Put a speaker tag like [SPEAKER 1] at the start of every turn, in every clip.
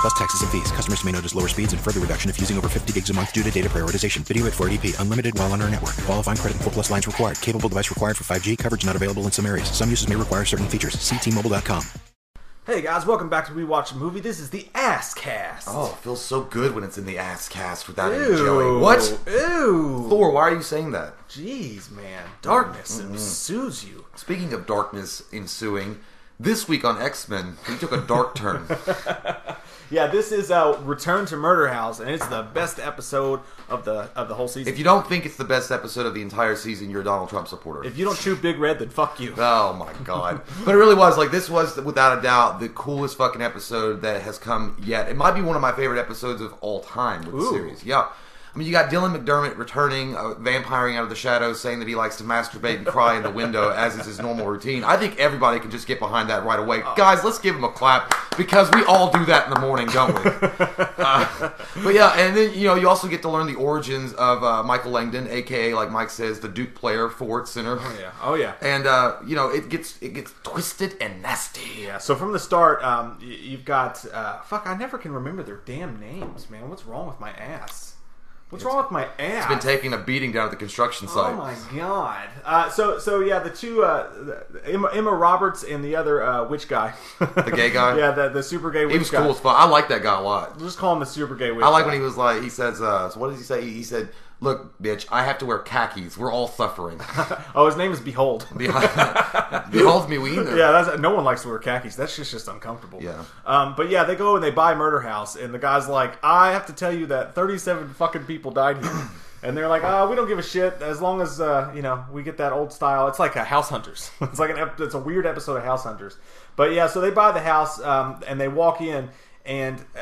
[SPEAKER 1] Plus taxes and fees. Customers may notice lower speeds and further reduction if using over 50 gigs a month due to data prioritization. Video at 480p. Unlimited while on our network. Qualifying credit. 4 plus lines required. Capable device required for 5G. Coverage not available in some areas. Some uses may require certain features. Ctmobile.com.
[SPEAKER 2] Hey guys, welcome back to We Watch a Movie. This is the Ass Cast.
[SPEAKER 3] Oh, it feels so good when it's in the ass cast without any
[SPEAKER 2] ew.
[SPEAKER 3] jelly. What?
[SPEAKER 2] Ew.
[SPEAKER 3] Thor, why are you saying that?
[SPEAKER 2] Jeez, man. Darkness ensues you.
[SPEAKER 3] Speaking of darkness ensuing, this week on X Men, we took a dark turn.
[SPEAKER 2] Yeah, this is uh, Return to Murder House, and it's the best episode of the of the whole season.
[SPEAKER 3] if you don't think it's the best episode of the entire season, you're a Donald Trump supporter.
[SPEAKER 2] If you don't chew Big Red, then fuck you.
[SPEAKER 3] Oh my god! But it really was like this was without a doubt the coolest fucking episode that has come yet. It might be one of my favorite episodes of all time with the
[SPEAKER 2] Ooh.
[SPEAKER 3] series. Yeah, I mean you got Dylan McDermott returning, uh, vampiring out of the shadows, saying that he likes to masturbate and cry in the window as is his normal routine. I think everybody can just get behind that right away,
[SPEAKER 2] Oh.
[SPEAKER 3] guys. Let's give him a clap because we all do that in the morning, don't we? Uh, But yeah, and then you know you also get to learn the origins of uh, Michael Langdon, aka like Mike says, the Duke player, forward center.
[SPEAKER 2] Oh, yeah. Oh, yeah.
[SPEAKER 3] And uh, you know it gets it gets twisted and nasty.
[SPEAKER 2] Yeah, so from the start, um, y- you've got uh, fuck. I never can remember their damn names, man. What's wrong with my ass? What's wrong with my ass?
[SPEAKER 3] Been taking a beating down at the construction site.
[SPEAKER 2] Oh my god! Uh, so so yeah, the two uh, the- Emma, Emma Roberts and the other uh, witch guy, the
[SPEAKER 3] gay guy?
[SPEAKER 2] Yeah, the, the super gay witch
[SPEAKER 3] he was
[SPEAKER 2] guy.
[SPEAKER 3] cool as fuck. I like that guy a lot.
[SPEAKER 2] We'll just call him the super gay witch.
[SPEAKER 3] I like
[SPEAKER 2] guy.
[SPEAKER 3] when he was like he says, uh, so "What does he say?" He, he said, "Look, bitch, I have to wear khakis. We're all suffering.
[SPEAKER 2] Oh, his name is Behold.
[SPEAKER 3] Behold me, we either."
[SPEAKER 2] Yeah, that's, no one likes to wear khakis. That's just just uncomfortable.
[SPEAKER 3] Yeah.
[SPEAKER 2] Um, but yeah, they go and they buy Murder House, and the guy's like, "I have to tell you that 37 fucking people died here," and they're like, "Ah, we don't give a shit as long as uh, you know we get that old style." It's like a House Hunters. it's like an ep- it's a weird episode of House Hunters. But yeah, so they buy the house um, and they walk in, and uh,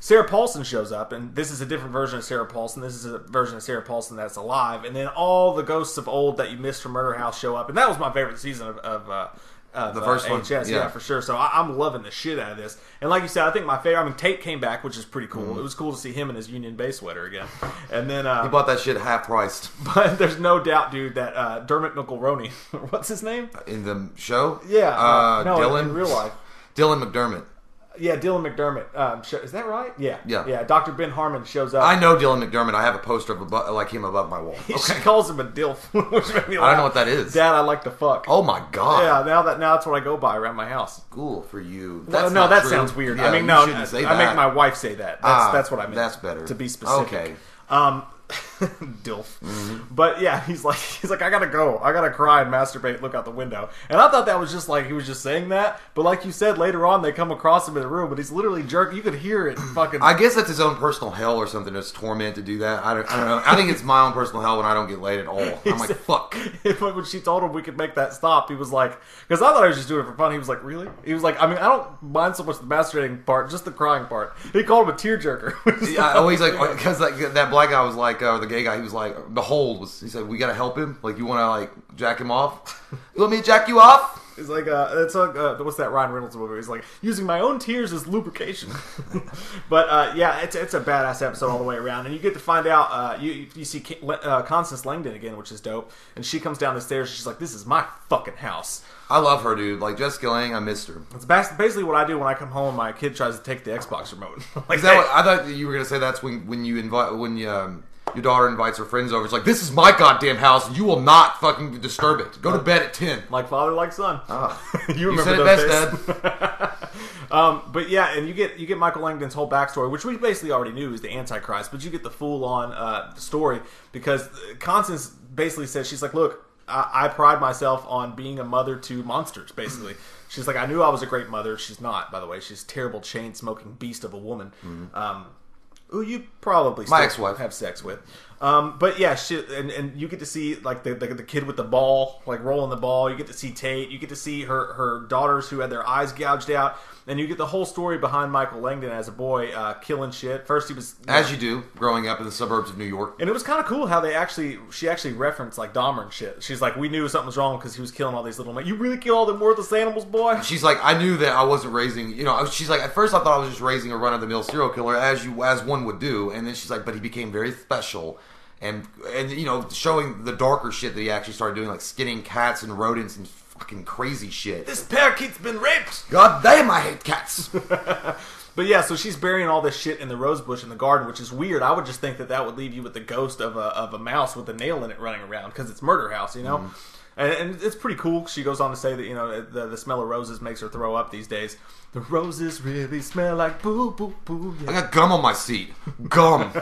[SPEAKER 2] Sarah Paulson shows up, and this is a different version of Sarah Paulson. This is a version of Sarah Paulson that's alive, and then all the ghosts of old that you missed from Murder House show up, and that was my favorite season of. of uh, of,
[SPEAKER 3] The first
[SPEAKER 2] uh,
[SPEAKER 3] one?
[SPEAKER 2] HS, yeah.
[SPEAKER 3] Yeah.
[SPEAKER 2] for sure. So I, I'm loving the shit out of this. And like you said, I think my favorite. I mean, Tate came back, which is pretty cool. It was cool to see him in his Union Bay sweater again. And then,
[SPEAKER 3] Mm-hmm. He
[SPEAKER 2] uh,
[SPEAKER 3] bought that shit half priced
[SPEAKER 2] but there's no doubt, dude, that uh, Dermot McElroney, what's his name?
[SPEAKER 3] in the show.
[SPEAKER 2] Yeah, uh,
[SPEAKER 3] uh,
[SPEAKER 2] no, in-
[SPEAKER 3] Dylan.
[SPEAKER 2] in real life.
[SPEAKER 3] Dylan McDermott.
[SPEAKER 2] Yeah, Dylan McDermott. Um, sho- is that right? Yeah,
[SPEAKER 3] Yeah.
[SPEAKER 2] yeah. Doctor Ben Harmon shows up.
[SPEAKER 3] I know Dylan McDermott. I have a poster of abo- like him above my wall.
[SPEAKER 2] She calls him a dilf, which made me laugh.
[SPEAKER 3] I don't know what that is.
[SPEAKER 2] Dad, I like to fuck.
[SPEAKER 3] Oh my god.
[SPEAKER 2] yeah. Now that now that's what I go by around my house.
[SPEAKER 3] Cool for you.
[SPEAKER 2] Well, Oh, no,
[SPEAKER 3] not
[SPEAKER 2] that
[SPEAKER 3] true.
[SPEAKER 2] sounds weird.
[SPEAKER 3] Yeah,
[SPEAKER 2] I mean,
[SPEAKER 3] you
[SPEAKER 2] no,
[SPEAKER 3] shouldn't say
[SPEAKER 2] I
[SPEAKER 3] that.
[SPEAKER 2] make my wife say that. That's,
[SPEAKER 3] Ah,
[SPEAKER 2] that's what I mean.
[SPEAKER 3] that's better.
[SPEAKER 2] To be specific.
[SPEAKER 3] Okay. Mm-hmm.
[SPEAKER 2] Um, dilf. But yeah, he's like, he's like, I gotta go. I gotta cry and masturbate. Look out the window. And I thought that was just like he was just saying that. But like you said, later on they come across him in the room, but he's literally jerk. You could hear it. Fucking.
[SPEAKER 3] I guess that's his own personal hell or something. It's torment to do that. I don't, I don't know. I think it's my own personal hell when I don't get laid at all. I'm like, fuck.
[SPEAKER 2] If, like, when she told him we could make that stop, he was like, because I thought I was just doing it for fun. He was like, really? He was like, I mean, I don't mind so much the masturbating part, just the crying part. He called him a tearjerker.
[SPEAKER 3] Yeah, oh, I always like because like that black guy was like, uh, or the gay guy, he was like, the hold was. He said, we gotta help him. Like, you want to like jack him off? You want me to jack you off?
[SPEAKER 2] It's like uh, it's like uh, what's that Ryan Reynolds movie? He's like using my own tears as lubrication. but uh, yeah, it's it's a badass episode all the way around, and you get to find out uh, you you see Ca- Le- uh, Constance Langdon again, which is dope, and she comes down the stairs. She's like, "This is my fucking house."
[SPEAKER 3] I love her, dude. Like Jessica Lang, I missed her.
[SPEAKER 2] It's bas- basically what I do when I come home and my kid tries to take the Xbox remote. like
[SPEAKER 3] Is that
[SPEAKER 2] "Hey,
[SPEAKER 3] what, I thought you were gonna say that's when when you invite when you, um, your daughter invites her friends over. It's like this is my goddamn house. You will not fucking disturb it. Go to bed at ten.
[SPEAKER 2] like father, like son. you
[SPEAKER 3] Oh. You
[SPEAKER 2] remember
[SPEAKER 3] said it
[SPEAKER 2] those
[SPEAKER 3] best,
[SPEAKER 2] days.
[SPEAKER 3] Dad.
[SPEAKER 2] Um, but yeah, and you get you get Michael Langdon's whole backstory, which we basically already knew is the Antichrist, but you get the full on uh, story because Constance basically says she's like, look, I, I pride myself on being a mother to monsters. Basically, she's like, I knew I was a great mother. She's not, by the way. She's a terrible chain smoking beast of a woman. Um, who you probably still
[SPEAKER 3] ex-wife.
[SPEAKER 2] have sex with. Um, but yeah, shit, and, and you get to see like the, the the kid with the ball, like rolling the ball. You get to see Tate. You get to see her her daughters who had their eyes gouged out, and you get the whole story behind Michael Langdon as a boy uh, killing shit. First, he was
[SPEAKER 3] As you do, growing up in the suburbs of New York.
[SPEAKER 2] and it was kind of cool how they actually, she actually referenced like Dahmer and shit. She's like, we knew something was wrong because he was killing all these little. You really kill all them worthless animals, boy.
[SPEAKER 3] She's like, I knew that I wasn't raising, you know. I was- She's like, at first I thought I was just raising a run-of-the-mill serial killer, as you as one would do, and then she's like, but he became very special, and and you know, showing the darker shit that he actually started doing, like skinning cats and rodents and fucking crazy shit.
[SPEAKER 2] This parakeet's been raped.
[SPEAKER 3] God damn, I hate cats.
[SPEAKER 2] But yeah, so she's burying all this shit in the rose bush in the garden, which is weird. I would just think that that would leave you with the ghost of a, of a mouse with a nail in it running around because it's murder house, you know.
[SPEAKER 3] Mm-hmm.
[SPEAKER 2] And, and it's pretty cool. She goes on to say that you know the, the smell of roses makes her throw up these days. The roses really smell like boo boo boo. yeah.
[SPEAKER 3] I got gum on my seat. Gum.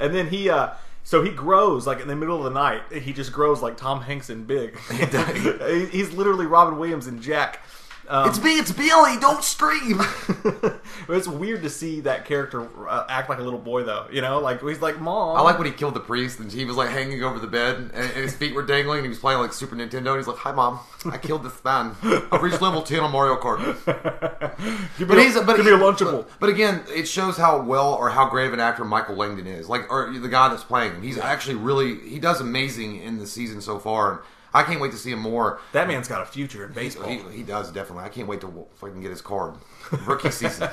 [SPEAKER 2] And then he, uh, so he grows like in the middle of the night. He just grows like Tom Hanks in Big. He- He's literally Robin Williams and Jack. Um,
[SPEAKER 3] it's me. It's Billy. Don't scream.
[SPEAKER 2] but it's weird to see that character uh, act like a little boy, though. You know, like he's like mom.
[SPEAKER 3] I like when he killed the priest and he was like hanging over the bed and, and his feet were dangling and he was playing like Super Nintendo and he's like, "Hi mom, I killed this man. I've reached level ten on Mario Kart."
[SPEAKER 2] Give me
[SPEAKER 3] But
[SPEAKER 2] a-
[SPEAKER 3] he's but
[SPEAKER 2] give
[SPEAKER 3] he-
[SPEAKER 2] me a lunchable.
[SPEAKER 3] But, but again, it shows how well or how great of an actor Michael Langdon is. Like, or the guy that's playing him, he's actually really he does amazing in the season so far, and I can't wait to see him more.
[SPEAKER 2] that man's got a future in baseball.
[SPEAKER 3] He, he does definitely. I can't wait to fucking get his card. Rookie season.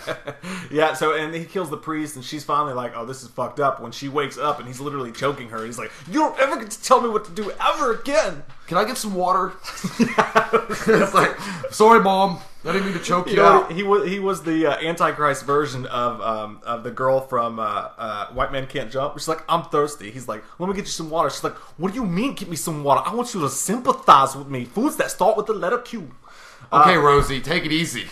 [SPEAKER 2] yeah. So and he kills the priest, and she's finally like, "Oh, this is fucked up." When she wakes up, and he's literally choking her. He's like, "You don't ever get to tell me what to do ever again."
[SPEAKER 3] Can I get some water? it's like, sorry, mom. I didn't mean to choke you, out.
[SPEAKER 2] he was he was the uh, antichrist version of um, of the girl from uh, uh, White Man Can't Jump. She's like, "I'm thirsty." He's like, "Let me get you some water." She's like, "What do you mean, get me some water? I want you to sympathize with me. Foods that start with the letter Q."
[SPEAKER 3] Okay, Rosie, take it easy.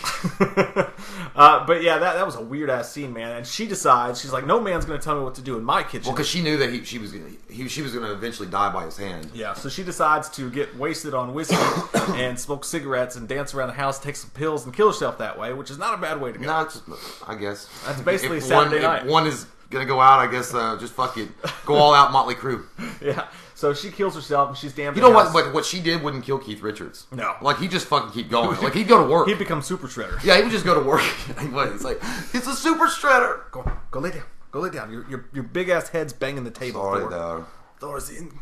[SPEAKER 2] uh, but yeah, that, that was a weird ass scene, man. And she decides she's like, "No man's gonna tell me what to do in my kitchen."
[SPEAKER 3] Because she knew that he, she was gonna, he, she was going to eventually die by his hand.
[SPEAKER 2] Yeah, so she decides to get wasted on whiskey and smoke cigarettes and dance around the house, take some pills, and kill herself that way, which is not a bad way to go.
[SPEAKER 3] Nah, it's just, I guess
[SPEAKER 2] That's basically
[SPEAKER 3] if
[SPEAKER 2] Saturday
[SPEAKER 3] one,
[SPEAKER 2] night.
[SPEAKER 3] If one is gonna go out, I guess uh, just fuck it, go all out, Motley Crue.
[SPEAKER 2] Yeah, so she kills herself and she's damned.
[SPEAKER 3] You know what? What, what she did wouldn't kill Keith Richards.
[SPEAKER 2] No.
[SPEAKER 3] like he just fucking keep going. Like he'd go to work.
[SPEAKER 2] He becomes super shredder.
[SPEAKER 3] yeah, he would just go to work. He would. it's like it's a super shredder.
[SPEAKER 2] Go, go lay down. Go lay down. Your your, your big ass head's banging the table.
[SPEAKER 3] Sorry,
[SPEAKER 2] Thor.
[SPEAKER 3] though.
[SPEAKER 2] Thor's in.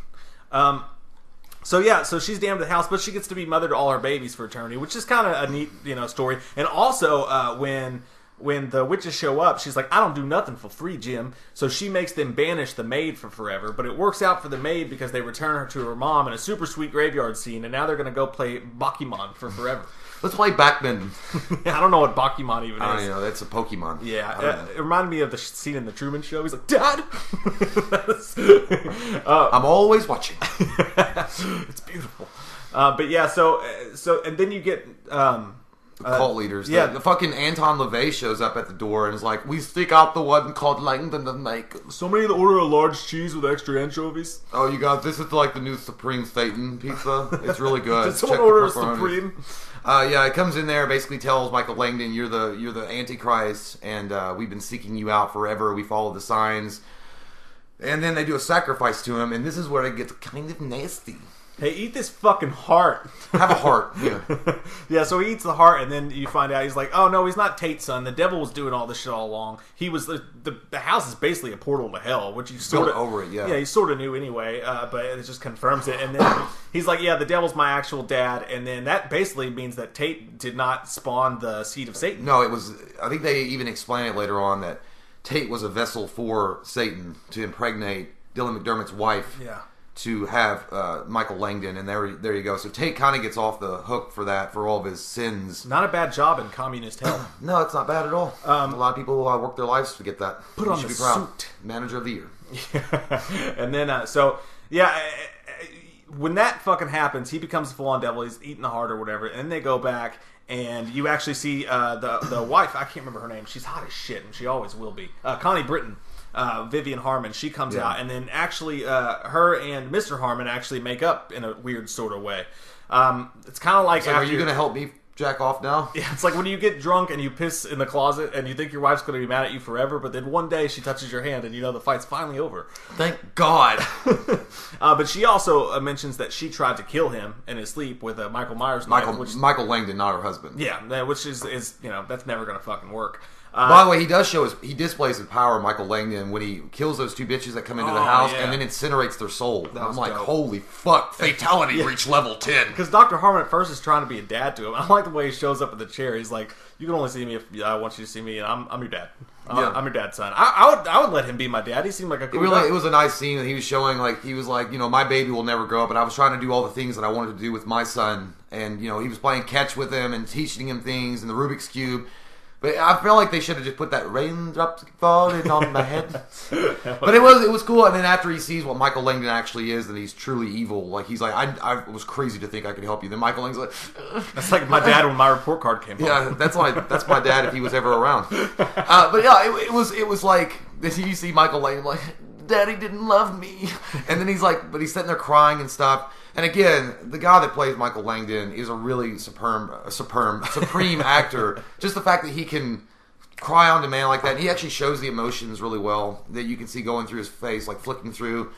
[SPEAKER 2] Um, so yeah, so she's damned to the house, but she gets to be mother to all her babies for eternity, which is kind of a neat, you know, story. And also, uh, when when the witches show up, she's like, "I don't do nothing for free, Jim." So she makes them banish the maid for forever. But it works out for the maid because they return her to her mom in a super sweet graveyard scene, and now they're gonna go play Bakimon for forever.
[SPEAKER 3] Let's play Backman.
[SPEAKER 2] I don't know what Bakimon even
[SPEAKER 3] I
[SPEAKER 2] is.
[SPEAKER 3] don't know. That's a Pokemon.
[SPEAKER 2] Yeah,
[SPEAKER 3] Oh, I don't
[SPEAKER 2] uh,
[SPEAKER 3] know.
[SPEAKER 2] it reminded me of the sh- scene in the Truman Show. He's like, "Dad."
[SPEAKER 3] I'm always watching.
[SPEAKER 2] it's beautiful. Uh, but yeah, so uh, so and then you get um,
[SPEAKER 3] cult leaders.
[SPEAKER 2] yeah.
[SPEAKER 3] Yeah, the, the fucking Anton LaVey shows up at the door and is like, "We stick out the one called Langdon and make
[SPEAKER 2] somebody to order a large cheese with extra anchovies.
[SPEAKER 3] Oh, you guys, this is like the new Supreme Satan pizza. It's really good.
[SPEAKER 2] Did someone
[SPEAKER 3] Check the
[SPEAKER 2] order a
[SPEAKER 3] pepperonis.
[SPEAKER 2] supreme?
[SPEAKER 3] Uh, yeah, it comes in there, basically tells Michael Langdon, "You're the you're the Antichrist, and uh, we've been seeking you out forever. We follow the signs." And then they do a sacrifice to him, and this is where it gets kind of nasty.
[SPEAKER 2] Hey, eat this fucking heart.
[SPEAKER 3] Have a heart. Yeah.
[SPEAKER 2] yeah, so he eats the heart, and then you find out he's like, oh no, he's not Tate's son. The devil was doing all this shit all along. He was the the, the house is basically a portal to hell, which you sort of
[SPEAKER 3] over it, yeah.
[SPEAKER 2] yeah, you sort of knew anyway, uh, but it just confirms it. And then he's like, yeah, the devil's my actual dad, and then that basically means that Tate did not spawn the seed of Satan.
[SPEAKER 3] No, it was. I think they even explain it later on that Tate was a vessel for Satan to impregnate Dylan McDermott's wife.
[SPEAKER 2] Yeah.
[SPEAKER 3] To have uh, Michael Langdon, and there, there you go. So Tate kind of gets off the hook for that for all of his sins.
[SPEAKER 2] Not a bad job in communist hell.
[SPEAKER 3] No, it's not bad at all. a lot of people uh, work their lives to get that.
[SPEAKER 2] Um, Put
[SPEAKER 3] You
[SPEAKER 2] on
[SPEAKER 3] should
[SPEAKER 2] the
[SPEAKER 3] be proud.
[SPEAKER 2] suit.
[SPEAKER 3] Manager of the year.
[SPEAKER 2] and then uh, so yeah uh, uh, when that fucking happens he becomes a full-on devil he's eating the heart or whatever and then they go back and you actually see uh, the, the wife i can't remember her name she's hot as shit and she always will be uh, connie britton uh, Vivian Harmon, she comes out, and then actually, uh, her and Mr. Harmon actually make up in a weird sort of way. Um, it's kind of like
[SPEAKER 3] Like,
[SPEAKER 2] after
[SPEAKER 3] are you going to help me jack off now?
[SPEAKER 2] Yeah, it's like when you get drunk and you piss in the closet and you think your wife's going to be mad at you forever, but then one day she touches your hand and you know the fight's finally over.
[SPEAKER 3] Thank God.
[SPEAKER 2] Uh, but she also uh, mentions that she tried to kill him in his sleep with a Michael Myers knife,
[SPEAKER 3] Michael,
[SPEAKER 2] which
[SPEAKER 3] Michael Langdon, not her husband.
[SPEAKER 2] yeah, that- which is is you know that's never going to fucking work. Uh,
[SPEAKER 3] By the way, he does show his he displays his power, Michael Langdon, when he kills those two bitches that come into the
[SPEAKER 2] Oh,
[SPEAKER 3] house
[SPEAKER 2] yeah.
[SPEAKER 3] and then incinerates their soul. I'm
[SPEAKER 2] was
[SPEAKER 3] like,
[SPEAKER 2] dope.
[SPEAKER 3] holy fuck, fatality reached level ten.
[SPEAKER 2] because Dr. Harmon at first is trying to be a dad to him. I like the way he shows up in the chair. He's like, "You can only see me if I want you to see me, and I'm, I'm your dad. I'm,
[SPEAKER 3] Yeah.
[SPEAKER 2] I'm your dad's son. I, I would I would let him be my dad. He seemed like a
[SPEAKER 3] It
[SPEAKER 2] cool
[SPEAKER 3] really
[SPEAKER 2] guy.
[SPEAKER 3] it was a nice scene that he was showing like he was like you know my baby will never grow up and I was trying to do all the things that I wanted to do with my son and you know he was playing catch with him and teaching him things and the Rubik's cube but I feel like they should have just put that raindrops falling on my head but it was it was cool and then after he sees what Michael Langdon actually is and he's truly evil like he's like I, I was crazy to think I could help you then Michael Langdon's like
[SPEAKER 2] That's like my dad when my report card came. home.
[SPEAKER 3] yeah, that's my that's my dad if he was ever around. Uh, but yeah, it, it was it was like this. You see Michael Lane like, Daddy didn't love me, and then he's like, but he's sitting there crying and stuff. And again, the guy that plays Michael Langdon is a really superb, superb, supreme actor. Just the fact that he can cry on demand like that, and he actually shows the emotions really well that you can see going through his face, like flicking through.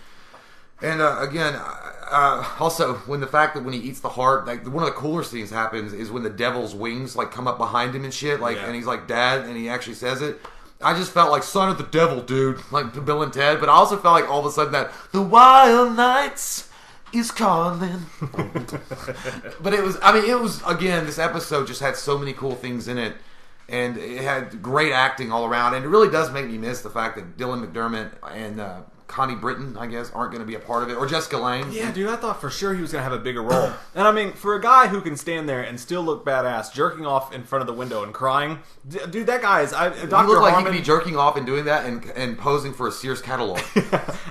[SPEAKER 3] And uh, again, uh, also when the fact that when he eats the heart, like one of the cooler things happens is when the devil's wings like come up behind him and shit, like,
[SPEAKER 2] Yeah.
[SPEAKER 3] and he's like, "Dad," and he actually says it. I just felt like son of the devil, dude, like Bill and Ted. But I also felt like all of a sudden that the wild nights is calling. but it was, I mean, it was again. This episode just had so many cool things in it, and it had great acting all around. And it really does make me miss the fact that Dylan McDermott and uh, Connie Britton, I guess, aren't going to be a part of it, or Jessica Lange.
[SPEAKER 2] Yeah, dude, I thought for sure he was gonna have a bigger role. And I mean, for a guy who can stand there and still look badass, jerking off in front of the window and crying, d- dude, that guy is. I,
[SPEAKER 3] He
[SPEAKER 2] Dr.
[SPEAKER 3] looked like he
[SPEAKER 2] Harmon,
[SPEAKER 3] could be jerking off and doing that and, and posing for a Sears catalog.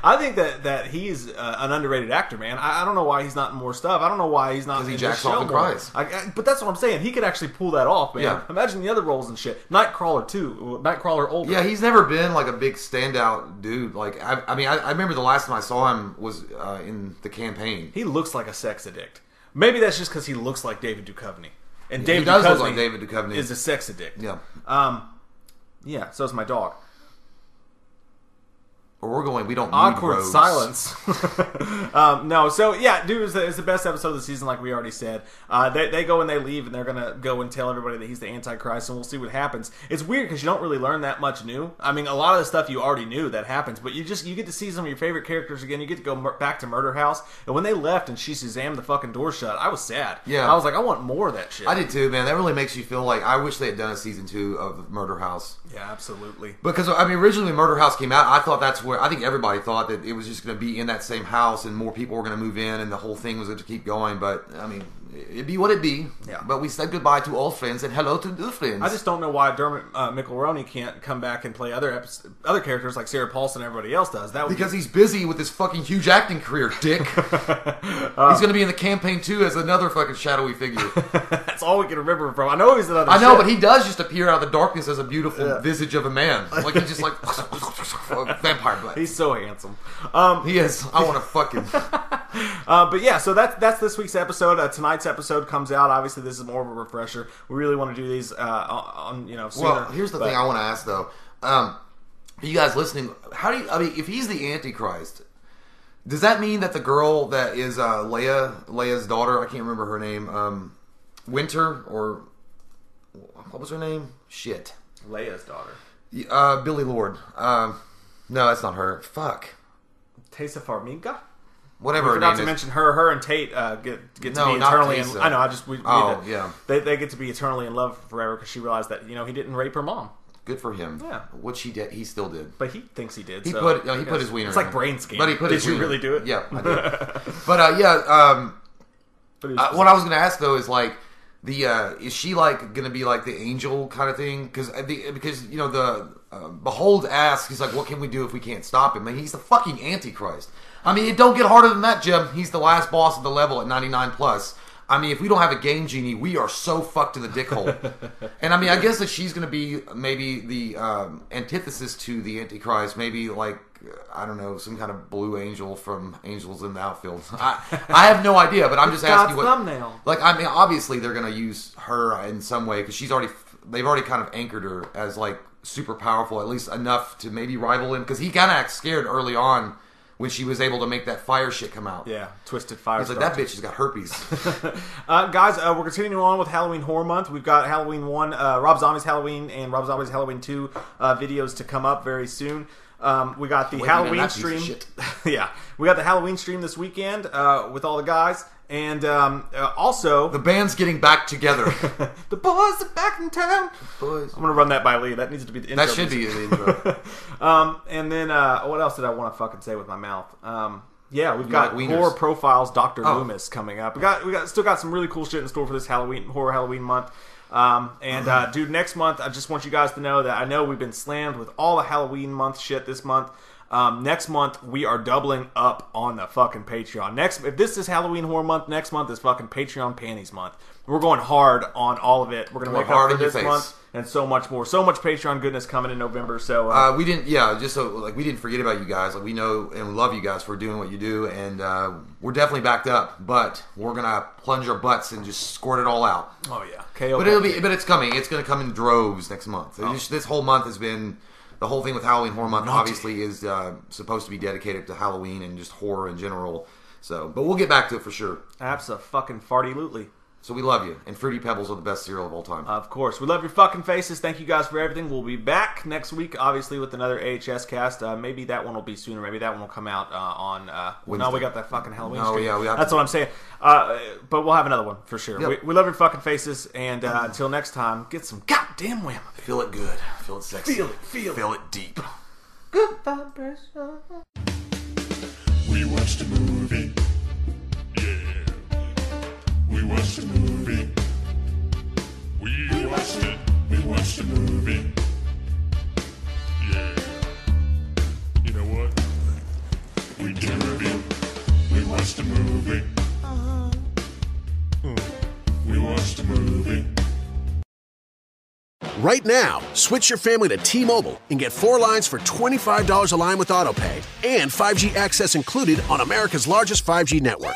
[SPEAKER 2] I think that that he's uh, an underrated actor, man. I, I don't know why he's not in more stuff. I don't know why he's not.
[SPEAKER 3] 'Cause
[SPEAKER 2] in
[SPEAKER 3] he
[SPEAKER 2] this
[SPEAKER 3] jacks
[SPEAKER 2] show
[SPEAKER 3] off and
[SPEAKER 2] more.
[SPEAKER 3] cries.
[SPEAKER 2] I, I- but that's what I'm saying. He could actually pull that off, man.
[SPEAKER 3] Yeah.
[SPEAKER 2] Imagine the other roles and shit. Nightcrawler too. Nightcrawler older.
[SPEAKER 3] Yeah, he's never been like a big standout dude. Like I, I mean, I, I remember the last time I saw him was uh, in the campaign.
[SPEAKER 2] He looks like a sex addict. Maybe that's just because he looks like David Duchovny. And David
[SPEAKER 3] does look
[SPEAKER 2] Duchovny
[SPEAKER 3] like David Duchovny.
[SPEAKER 2] is a sex addict.
[SPEAKER 3] Yeah,
[SPEAKER 2] Um. Yeah. So is my dog.
[SPEAKER 3] or we're going. We don't need
[SPEAKER 2] awkward
[SPEAKER 3] roads.
[SPEAKER 2] silence. um, no, so yeah, dude, it's the, it's the best episode of the season, like we already said. Uh, they, they go and they leave, and they're gonna go and tell everybody that he's the Antichrist, and we'll see what happens. It's weird because you don't really learn that much new. I mean, a lot of the stuff you already knew that happens, but you just you get to see some of your favorite characters again. You get to go mur- back to Murder House, and when they left and she Shazam the fucking door shut, I was sad.
[SPEAKER 3] Yeah.
[SPEAKER 2] I was like, I want more of that shit.
[SPEAKER 3] I did too, man. That really makes you feel like I wish they had done a season two of Murder House.
[SPEAKER 2] yeah, absolutely.
[SPEAKER 3] Because I mean, originally when Murder House came out, I thought that's where I think everybody thought that it was just going to be in that same house and more people were going to move in and the whole thing was going to keep going. But I mean, it be what it be.
[SPEAKER 2] Yeah.
[SPEAKER 3] But we said goodbye to old friends and hello to new friends.
[SPEAKER 2] I just don't know why Dermot uh, McElroney can't come back and play other episodes, other characters like Sarah Paulson and everybody else does. That would be
[SPEAKER 3] because he's busy with his fucking huge acting career, dick. he's going to be in the campaign too as another fucking shadowy figure.
[SPEAKER 2] That's all we can remember him from. I know he's another.
[SPEAKER 3] I know,
[SPEAKER 2] shit.
[SPEAKER 3] but he does just appear out of the darkness as a beautiful visage of a man, like he's just like vampire blood.
[SPEAKER 2] he's so handsome. Um,
[SPEAKER 3] He is. I want to fucking.
[SPEAKER 2] uh, but yeah, so that's that's this week's episode. Uh, tonight's episode comes out. Obviously, this is more of a refresher. We really want to do these uh, on you know. Sooner,
[SPEAKER 3] Well, here's the
[SPEAKER 2] but-
[SPEAKER 3] thing I want to ask though. Um, you guys listening? How do you? I mean, if he's the Antichrist, does that mean that the girl that is uh, Leia, Leia's daughter? I can't remember her name. Um, Winter or what was her name? Shit.
[SPEAKER 2] Leia's daughter,
[SPEAKER 3] Uh, Billy Lord. Um, no, that's not her. Fuck.
[SPEAKER 2] Tessa Farmiga.
[SPEAKER 3] Whatever
[SPEAKER 2] I
[SPEAKER 3] her
[SPEAKER 2] forgot
[SPEAKER 3] name
[SPEAKER 2] to
[SPEAKER 3] is.
[SPEAKER 2] mention her. Her and Tate uh, get get to
[SPEAKER 3] No,
[SPEAKER 2] be
[SPEAKER 3] not
[SPEAKER 2] eternally. In,
[SPEAKER 3] Tessa.
[SPEAKER 2] I know. I just we, we
[SPEAKER 3] Oh,
[SPEAKER 2] did-
[SPEAKER 3] yeah.
[SPEAKER 2] They, they get to be eternally in love forever because she realized that you know he didn't rape her mom,
[SPEAKER 3] Good for him.
[SPEAKER 2] Yeah.
[SPEAKER 3] What she did, he still did.
[SPEAKER 2] but he thinks he did.
[SPEAKER 3] He
[SPEAKER 2] so
[SPEAKER 3] put no, he
[SPEAKER 2] I
[SPEAKER 3] put
[SPEAKER 2] guess.
[SPEAKER 3] his wiener.
[SPEAKER 2] It's
[SPEAKER 3] in.
[SPEAKER 2] like brain skin.
[SPEAKER 3] But he put
[SPEAKER 2] Did
[SPEAKER 3] his
[SPEAKER 2] you
[SPEAKER 3] wiener
[SPEAKER 2] really
[SPEAKER 3] in.
[SPEAKER 2] do it?
[SPEAKER 3] Yeah, I did. but uh, yeah, um,
[SPEAKER 2] But he was-
[SPEAKER 3] uh, what I was going to ask though is like the uh, is she like going to be like the angel kind of thing? Because because you know the uh, behold asks he's like, what can we do if we can't stop him? And he's the fucking antichrist. I mean, it don't get harder than that, Jim. He's the last boss of the level at ninety nine plus. I mean, if we don't have a game genie, we are so fucked in the dick hole. and I mean, I guess that she's going to be maybe the um, antithesis to the Antichrist, maybe like I don't know, some kind of blue angel from Angels in the Outfield. I, I have no idea, but I'm just
[SPEAKER 2] God's
[SPEAKER 3] asking what
[SPEAKER 2] thumbnail.
[SPEAKER 3] Like, I mean, obviously they're going to use her in some way because she's already they've already kind of anchored her as like super powerful, at least enough to maybe rival him because he kind of acts scared early on when she was able to make that fire shit come out.
[SPEAKER 2] Yeah, Twisted Fire.
[SPEAKER 3] It's like that bitch has got herpes.
[SPEAKER 2] Uh, guys, uh, we're continuing on with Halloween Horror Month. We've got Halloween 1, uh, Rob Zombie's Halloween, and Rob Zombie's Halloween 2 uh, videos to come up very soon. Um, we got the
[SPEAKER 3] Wait a minute,
[SPEAKER 2] Halloween
[SPEAKER 3] that piece of
[SPEAKER 2] stream.
[SPEAKER 3] shit.
[SPEAKER 2] yeah, we got the Halloween stream this weekend uh, with all the guys. And um, uh, also,
[SPEAKER 3] the
[SPEAKER 2] the,
[SPEAKER 3] band's getting back together.
[SPEAKER 2] boys are back in town.
[SPEAKER 3] Boys.
[SPEAKER 2] I'm going to run that by Lee. That needs to be the intro.
[SPEAKER 3] That should be
[SPEAKER 2] music.
[SPEAKER 3] the intro.
[SPEAKER 2] Um, and then, uh, what else did I want to fucking say with my mouth? Um, yeah, we've got
[SPEAKER 3] like wieners. Oh.
[SPEAKER 2] horror profiles, Doctor Loomis coming up. We got we got still got some really cool shit in store for this Halloween horror Halloween month. Um, and uh, dude, next month I just want you guys to know that I know we've been slammed with all the Halloween month shit this month. Um, next month we are doubling up on the fucking Patreon. Next, if this is Halloween horror month, next month is fucking Patreon panties month. We're going hard on all of it. We're gonna
[SPEAKER 3] Going
[SPEAKER 2] make up
[SPEAKER 3] hard
[SPEAKER 2] for
[SPEAKER 3] in your
[SPEAKER 2] this
[SPEAKER 3] face.
[SPEAKER 2] month and so much more. So much Patreon goodness coming in November. So uh,
[SPEAKER 3] Uh, we didn't, yeah, just so like we didn't forget about you guys. Like we know and love you guys for doing what you do, and uh, we're definitely backed up. But we're gonna plunge our butts and just squirt it all out.
[SPEAKER 2] oh yeah, KO.
[SPEAKER 3] But it'll be, but it's coming. It's gonna come in droves next month.
[SPEAKER 2] Oh.
[SPEAKER 3] It's just- this whole month has been the whole thing with Halloween Horror Month. Obviously, is uh, supposed to be dedicated to Halloween and just horror in general. So, but we'll get back to it for sure.
[SPEAKER 2] fucking farty lootly.
[SPEAKER 3] So we love you, and Fruity Pebbles are the best cereal of all time.
[SPEAKER 2] Of course, we love your fucking faces. Thank you guys for everything. We'll be back next week, obviously, with another AHS cast. Uh, maybe that one will be sooner. Maybe that one will come out uh, on. Uh, well, no,
[SPEAKER 3] Wednesday.
[SPEAKER 2] we got that fucking Halloween.
[SPEAKER 3] No,
[SPEAKER 2] stream.
[SPEAKER 3] yeah, we have
[SPEAKER 2] that's
[SPEAKER 3] to-
[SPEAKER 2] what I'm saying. Uh, but we'll have another one for sure.
[SPEAKER 3] Yep.
[SPEAKER 2] We, we love your fucking faces, and uh, until next time, get some goddamn wham.
[SPEAKER 3] Feel it good. Feel it sexy.
[SPEAKER 2] Feel it, feel it.
[SPEAKER 3] Feel it deep.
[SPEAKER 4] We watched a movie. Yeah. We watched a movie. We watched it. We watched a movie. Yeah. You know what? We did a review. We watched a movie. Mm. We watched a movie.
[SPEAKER 5] Right now, switch your family to T-Mobile and get four lines for $25 a line with AutoPay and 5G access included on America's largest 5G network.